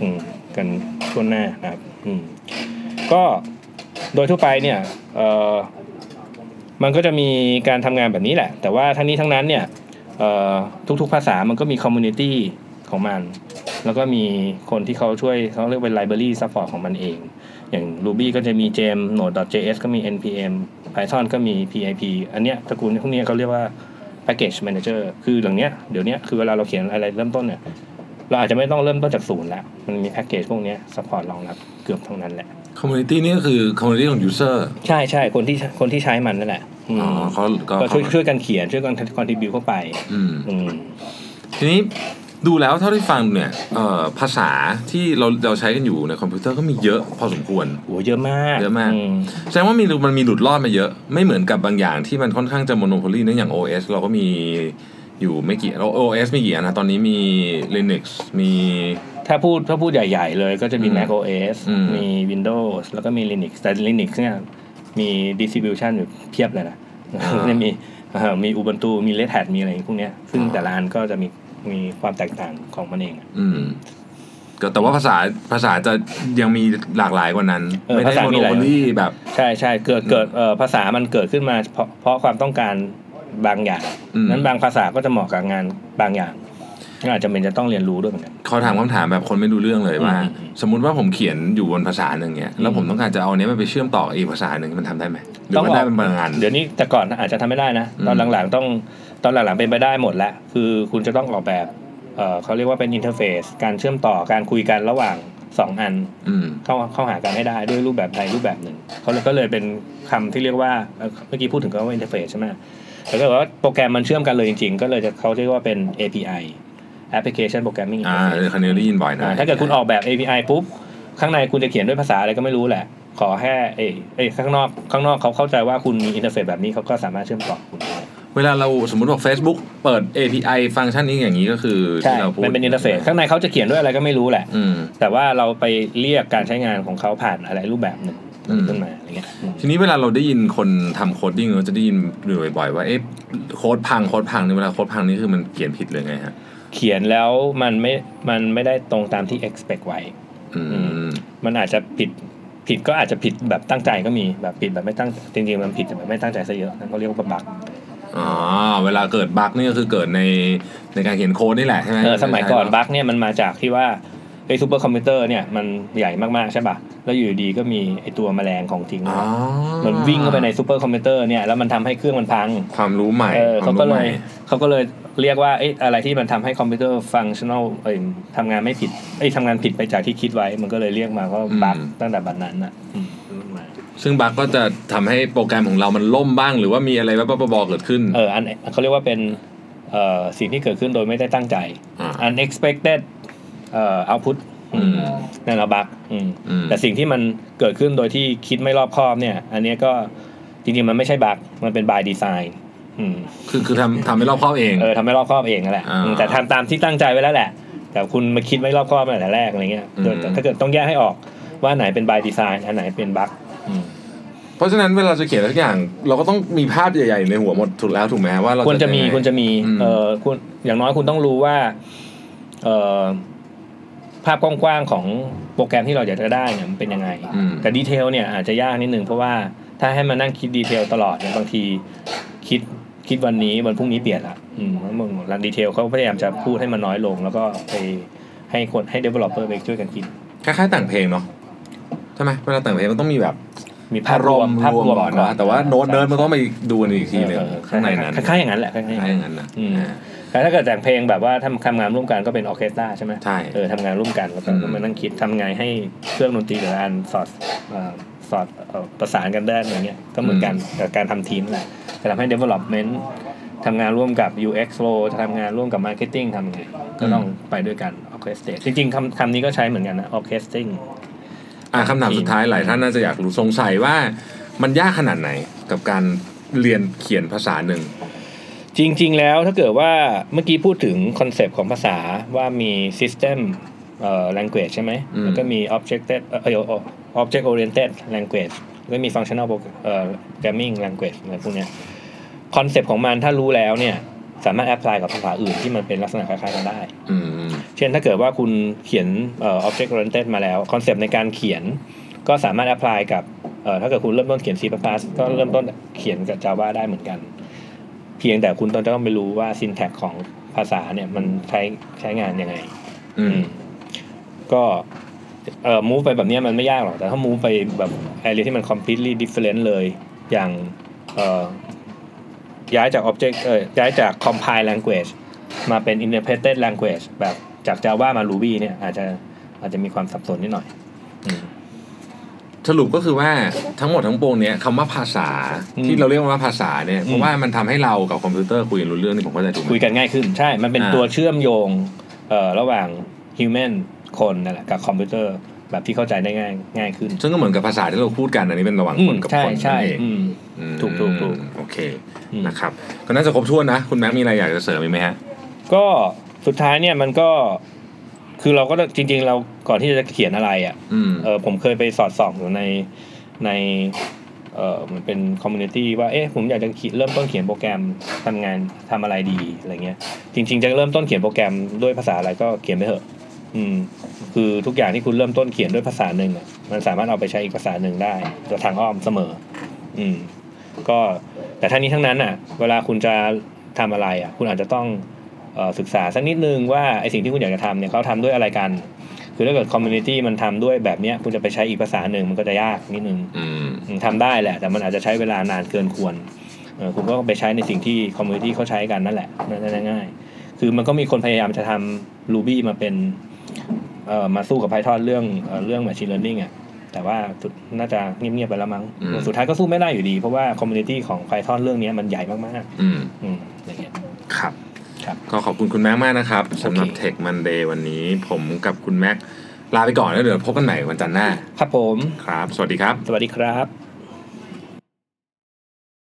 S2: อืมกันทั่วหน้านะครับอืมก็โดยทั่วไปเนี่ยเอ่อมันก็จะมีการทำงานแบบนี้แหละ แต่ว่าทั้งนี้ทั้งนั้นเนี่ยเอ่อทุกๆภาษามันก็มีคอมมูนิตี้ของมัน แล้วก็มีคนที่เขาช่วยเขาเรียกเป็นไลบรารีซัพพอร์ตของมันเอง อย่าง Ruby ก็จะมี gem node.js ก็มี npm python ก็มี pip อันเนี้ยตระกูลพวกเนี้ยเขาเรียกว่า package manager คือหลังเนี้ยเดี๋ยวเนี้ยคือเวลาเราเขียนอะไรเริ่มต้นเนี่ย เราอาจจะไม่ต้องเริ่มต้นจากศูนย์แล้ว มันมีแพ็กเกจพวกเนี้สปอร์ตรองรับเกือบทั้งนั้นแหละ
S1: คอมมูนิตี้นี่ก็คือคอมมูนิตี้ของ user
S2: ใช่ใช่คนที่คนที่ใช้มันนั่นแหละอืม
S1: อ๋อเขาก็
S2: ก็ช่วยช่วยกันเขียนช่วยกันคอนทิบิวเข้าไป
S1: อืม
S2: อืม
S1: ทีนี้ดูแล้วเท่าที่ฟังเนี่ยเอ่อภาษาที่เราเราใช้กันอยู่ในคอมพิวเตอร์ก็มีเยอะพอสมควร
S2: โหเยอะมาก
S1: เยอะมาก
S2: ม
S1: แสดงว่ามีมันมีหลุดรอดมาเยอะ ไม่เหมือนกับบางอย่างที่มันค่อนข้างจะโมโนโพลีนะอย่าง OS เราก็มีอยู่ไม่กี่เรา OS มีกี่อันนะตอนนี้มี Linux มี
S2: ถ้าพูดถ้าพูดใหญ่ ๆ เลยก็จะมี
S1: อืม
S2: Mac OS
S1: อืม
S2: มี Windows แล้วก็มี Linux แต่ Linux เนี่ยมี distribution อยู่เพียบเลยนะเนี่ยมีเอ่อมี Ubuntu มี Red Hat มีอะไรพวกเนี้ยซึ่งแต่ละอันก็จะมีมีความแตกต่างของมันเองอะ
S1: อืมก็แต่ว่าภาษาภาษาจะยังมีหลากหลายกว่านั้น
S2: เออ
S1: ไม่ได้
S2: ภาษา
S1: โม
S2: มี
S1: โน
S2: หลาย
S1: โพลีแบบ
S2: ใช่ใช่เกิดเกิดเอ่อภาษามันเกิดขึ้นมาเพราะเพราะความต้องการบางอย่าง
S1: อืม
S2: นั้นบางภาษาก็จะเหมาะกับงานบางอย่างก็อาจจะเป็นจะต้องเรียนรู้ด้วยเหมือนกัน
S1: ขอถามคำถามแบบคนไม่รู้เรื่องเลยว่า
S2: อืมอืม
S1: สมมุติว่าผมเขียนอยู่บนภาษาหนึ่งเนี้ยแล้วผมต้องการจะเอาอันเนี้ยไปเชื่อมต่ออีกภาษาหนึ่งมันทำได้ไหมหรือมันได้เป็นบางงาน
S2: เดี๋ยวนี้แต่ก่อนอาจจะทำไม่ได้นะ
S1: อืม
S2: ตอนหลังๆต้องตอนหลังๆเป็นไปได้หมดแล้ว คือคุณจะต้องออกแบบเอ่อเขาเรียกว่าเป็นอินเทอร์เฟซการเชื่อมต่อการคุยกันระหว่างสองอัน
S1: อืม
S2: เข้าเข้าหากันให้ได้ด้วยรูปแบบใดรูปแบบหนึ่งเขาเลยก็เลยเป็นคำที่เรียกว่าเอ่อเมื่อกี้พูดถึงก็ว่าอินเทอร์เฟซใช่ไหม แต่ถ้าเกิดว่าโปรแกรมมันเชื่อมกันเลยจริงๆ ก็เลยจะเขาเรียกว่าเป็น API application programming
S1: อ่า
S2: interface
S1: เรื่องคันนี้ได้ยินบ่อยนะ
S2: อ่าถ้าเกิดคุณออกแบบ API ปุ๊บ ข้างในคุณจะเขียนด้วยภาษาอะไรก็ไม่รู้แหละ ขอแค่เอยเอยข้างนอกข้างนอกเขาเข้าใจว่าคุณมีอินเทอร์เฟซแบบนี้เขาก็สามารถเชื่อมต่อคุณได้
S1: เวลาเราสมมติว่า Facebook เปิด API ฟังก์ชันนี้อย่างนี้ก็คือ
S2: ใช่
S1: ที่เราพูด
S2: มันเป็นอินเทอร์เฟซข้างในเขาจะเขียนด้วยอะไรก็ไม่รู้แหละ
S1: อืม
S2: แต่ว่าเราไปเรียกการใช้งานของเขาผ่านอะไรรูปแบบหนึ่ง
S1: อืม
S2: ขึ้นมาอะไรเงี้ยอืม
S1: ทีนี้เวลาเราได้ยินคนทำโคดดิ้งเราจะได้ยินอยู่บ่อยๆว่าเอ๊ะโค้ดพังโค้ดพังนี่เวลาโค้ดพังนี่คือมันเขียนผิดเลยไงฮะ
S2: เขียนแล้วมันไม่มันไม่ได้ตรงตามที่ expect ไว้
S1: อืม
S2: มันอาจจะผิดผิดก็อาจจะผิดแบบตั้งใจก็มีแบบผิดแบบไม่ตั้งจริงๆมันผิดแต่แบบไม่ตั้งใจซะเยอะนั่นเขาเรียกว่าบั๊ก
S1: อ๋อ เวลาเกิดบั๊กนี่ก็คือเกิดในในการเขียนโค้ดนี่แหละใช่ไหม
S2: เออสมัยก่อนบั๊กเนี่ยมันมาจากที่ว่าไอ้ซูเปอร์คอมพิวเตอร์เนี่ยมันใหญ่มากๆใช่ป่ะ แล้วอยู่ดีๆก็มีไอ้ตัวแมลงของจริง
S1: อ๋อ
S2: มันวิ่งเข้าไปในซูเปอร์คอมพิวเตอร์เนี่ยแล้วมันทำให้เครื่องมันพัง
S1: ความรู้ใหม่
S2: เออ
S1: ควา
S2: เขา
S1: ม
S2: ก็
S1: รู้ให
S2: เล
S1: ม่
S2: ยเขาก็เลยเรียกว่าไอ้ยอะไรที่มันทำให้คอมพิวเตอร์ฟังชั่นอลเอ้ยทำงานไม่ผิดไอ้ยทำงานผิดไปจากที่คิดไว้ มันก็เลยเรียกมาว่าบั๊กตั้งแต่บัดนั้นอ่ะอืมมันมา
S1: ซึ่งบั๊กก็จะทำให้โปรแกรมของเรามันล่มบ้าง หรือว่ามีอะไรบ้าๆบอๆเกิดขึ้น
S2: เอออันเขาเรียกว่าเป็นเอ่อสิ่งที่เกิดขึ้นโดยไม่ได้ตั้งใจ
S1: า
S2: unexpected เอ่อ output อืม
S1: อืม
S2: นั่นแหละบั๊กอืม
S1: อืม
S2: แต่สิ่งที่มันเกิดขึ้นโดยที่คิดไม่รอบคอบเนี่ย อันเนี้ยก็จริงๆมันไม่ใช่บั๊กมันเป็นบายดีไซน์
S1: คือคือทำทำให้รอบครอบเอง
S2: เออทำไม่รอบคอบเองนั่นแหละ
S1: อ่า
S2: อืมแต่ทำตามที่ตั้งใจไว้แล้วแหละ แต่คุณมาคิดไม่รอบคอบตั้งแต่แรกอะไรเงี้ย
S1: อืม
S2: โดยแต่ถ้าเกิดต้องแยกให้ออกว่าไหนเป็นบายดีไซน์อันไหนเป็นบั๊กอืม
S1: เพราะฉะนั้นเวลาจะเขียนอะไรสักอย่าง เราก็ต้องมีภาพใหญ่ๆในหัวหมดถูกแล้วถูกไหมว่าเรา
S2: ควรจะมี
S1: ยังไง
S2: ควรจะมี
S1: อืม
S2: เออคุณอย่างน้อยคุณต้องรู้ว่าเออภาพกว้างๆของโปรแกรมที่เราอยากจะได้เนี่ยมันเป็นยังไง
S1: อืม
S2: แต่ดีเทลเนี่ยอาจจะยากนิดนึงเพราะว่าถ้าให้มานั่งคิดดีเทลตลอดเนี่ยบางทีคิดคิดวันนี้วันพรุ่งนี้เปลี่ยนละอืมแล้วมึงรันดีเทลเขาพยายามจะพูดให้มันน้อยลง แล้วก็ไปให้คนให้ developer ไปช่วยกันคิด
S1: คล้ายๆแต่งเพลงเนาะใช่ไหมเวลาแต่งเพลงมันต้องมีแบบ
S2: มี
S1: อารมณ์
S2: ภาพ
S1: รวม
S2: รวม
S1: ก่อนนะแต่ว่าโน้ตเนิร์ดมันต้องไปดูกันอีกทีหนึ่ง
S2: เออเออ
S1: ข้างในนั้น
S2: คล้ายๆอย่างนั้นแหละคล้ายๆอย่าง
S1: คล้ายอน
S2: นั้
S1: ย่างนั้นนะ
S2: อืม
S1: อ่า
S2: แต่ถ้าเกิดแต่งเพลงแบบว่าทำทำงานร่วมกันก็เป็นออร์เคสตราใช่ไหม
S1: ใช่
S2: เออทำงานร่วมกันแล้วก็
S1: อืม
S2: มานั่งคิดทำไงให้เครื่องดนตรีแต่ละอันสอดเอ่อสอดเอ่อประสานกันได้อะไรเงี้ยก็เหมือนกันกับการทำทีมนั่นแหละจะทำให้ development ทำงานร่วมกับ UX flow จะทำงานร่วมกับ marketing ทำไงก็ต้องไปด้วยกัน orchestrate จริงๆคำคำนี้ก็ใช้เหมือนกันนะ orchestrating
S1: อ่ะคำถามสุดท้ายหลายท่านน่าจะอยากรู้สงสัยว่ามันยากขนาดไหนกับการเรียนเขียนภาษาหนึ่ง
S2: จริง ๆ แล้วถ้าเกิดว่าเมื่อกี้พูดถึงคอนเซปต์ของภาษาว่ามี system เอ่อ language ใช่ไหม
S1: อืม
S2: แล้วก็มี objected เอ่อเอ่อ object oriented language แล้วก็มี functional prog- เอ่อ programming language อะไรพวกเนี้ยคอนเซปต์ของมันถ้ารู้แล้วเนี่ย สามารถแอพพลายกับภาษาอื่นที่มันเป็นลักษณะคล้ายๆกันได้
S1: อืม
S2: เช่นถ้าเกิดว่าคุณเขียนเอ่อ object oriented มาแล้วคอนเซปต์ในการเขียนก็สามารถ apply กับเอ่อถ้าเกิดคุณเริ่มต้นเขียน C++ ก็เริ่มต้นเขียนกับ Java ได้เหมือนกัน เพียงแต่คุณต้องไปรู้ว่า syntax ของภาษาเนี่ยมันใช้ใช้งานยังไง
S1: อืม
S2: ก็เอ่อ move ไปแบบเนี้ยมันไม่ยากหรอก แต่ถ้า move ไปแบบ area ที่มัน completely different เลย อย่างเอ่อย้ายจาก object เอ่อย้ายจาก compile language มาเป็น interpreted language แบบจาก Java มา Ruby เนี่ยอาจจะอาจจะมีความสับสนนิดหน่อยอืม
S1: สรุปก็คือว่าทั้งหมดทั้งปวงเนี้ยคำว่าภาษา
S2: อืม
S1: ที่เราเรียกว่าภาษาเนี่ย
S2: อืม
S1: เพราะว่ามันทำให้เรากับคอมพิวเตอร์คุยกันรู้เรื่องนี่ผมเข้าใจถูกไหม
S2: คุยกันง่ายขึ้นใช่ มันเป็น
S1: อ่า
S2: ตัวเชื่อมโยงเอ่อระหว่าง human คนนั่นแหละกับคอมพิวเตอร์แบบที่เข้าใจได้ง่ายง่ายขึ้น
S1: ซึ่งก็เหมือนกับภาษาที่เราพูดกันอันนี้เป็นระหว่าง
S2: อื
S1: ค
S2: ม
S1: นกับ
S2: ใช่
S1: คนนั่
S2: ใช่
S1: นเอง
S2: อืม
S1: อืม
S2: ถูกถูกถูก
S1: โอเค
S2: อืม
S1: นะครับก็น่าจะครบถ้วนนะคุณแม็กมีอะไรอยากจะเสริมอีกไหมฮะ
S2: ก็สุดท้ายเนี่ยมันก็คือเราก็จริง ๆ เราก่อนที่จะเขียนอะไรอะ่ะ
S1: อืม
S2: เออผมเคยไปสอดส่องอยู่ในในเออมันเป็นคอมมูนิตี้ว่าเอ๊ะผมอยากจะเขียนเริ่มต้นเขียนโปรแกรมทำงานทำอะไรดีอะไรเงี้ยจริง ๆ จะเริ่มต้นเขียนโปรแกรมด้วยภาษาอะไรก็เขียนไปเถอะ อืม คือทุกอย่างที่คุณเริ่มต้นเขียนด้วยภาษาหนึ่งอะมันสามารถเอาไปใช้อีกภาษาหนึ่งได้โดยทางอ้อมเสมอ อืม ก็แต่ทั้งนี้ทั้งนั้นอ่ะ เวลาคุณจะทำอะไรอ่ะ คุณอาจจะต้องเอ่อศึกษาสักนิดนึงว่าไอสิ่งที่คุณอยากจะทำเนี่ยเขาทำด้วยอะไรกัน คือถ้าเกิดคอมมูนิตี้มันทำด้วยแบบเนี้ยคุณจะไปใช้อีกภาษาหนึ่งมันก็จะยากนิดนึง
S1: อืม
S2: อืมทำได้แหละ แต่มันอาจจะใช้เวลานานเกินควรเออคุณก็ไปใช้ในสิ่งที่คอมมูนิตี้เขาใช้กันนั่นแหละน่าจะง่ายๆคือมันก็มีคนพยายามจะทำ Ruby มาเป็นเอ่อมาสู้กับ Python เรื่องเอ่อเรื่อง Machine Learning อ่ะ แต่ แต่ว่าสุดน่าจะเงียบๆไปแล้วมั้ง
S1: อืม
S2: สุดท้ายก็สู้ไม่ได้อยู่ดี เพราะว่าคอมมูนิตี้ของ Python เรื่องเนี้ยมันใหญ่มาก
S1: อืม
S2: ๆอืมอะไรเงี้ย
S1: ครับ
S2: ครับ
S1: ก็ขอบคุณคุณแม็กมากนะครับสำหรับ
S2: โอเค
S1: Tech Monday วันนี้ ผมกับคุณแม็กลาไปก่อนแล้วเดี๋ยวพบกันใหม่วันจันทร์หน้า
S2: ครับผม
S1: ครับ สวัสดีครับ
S2: สวัสดีครับ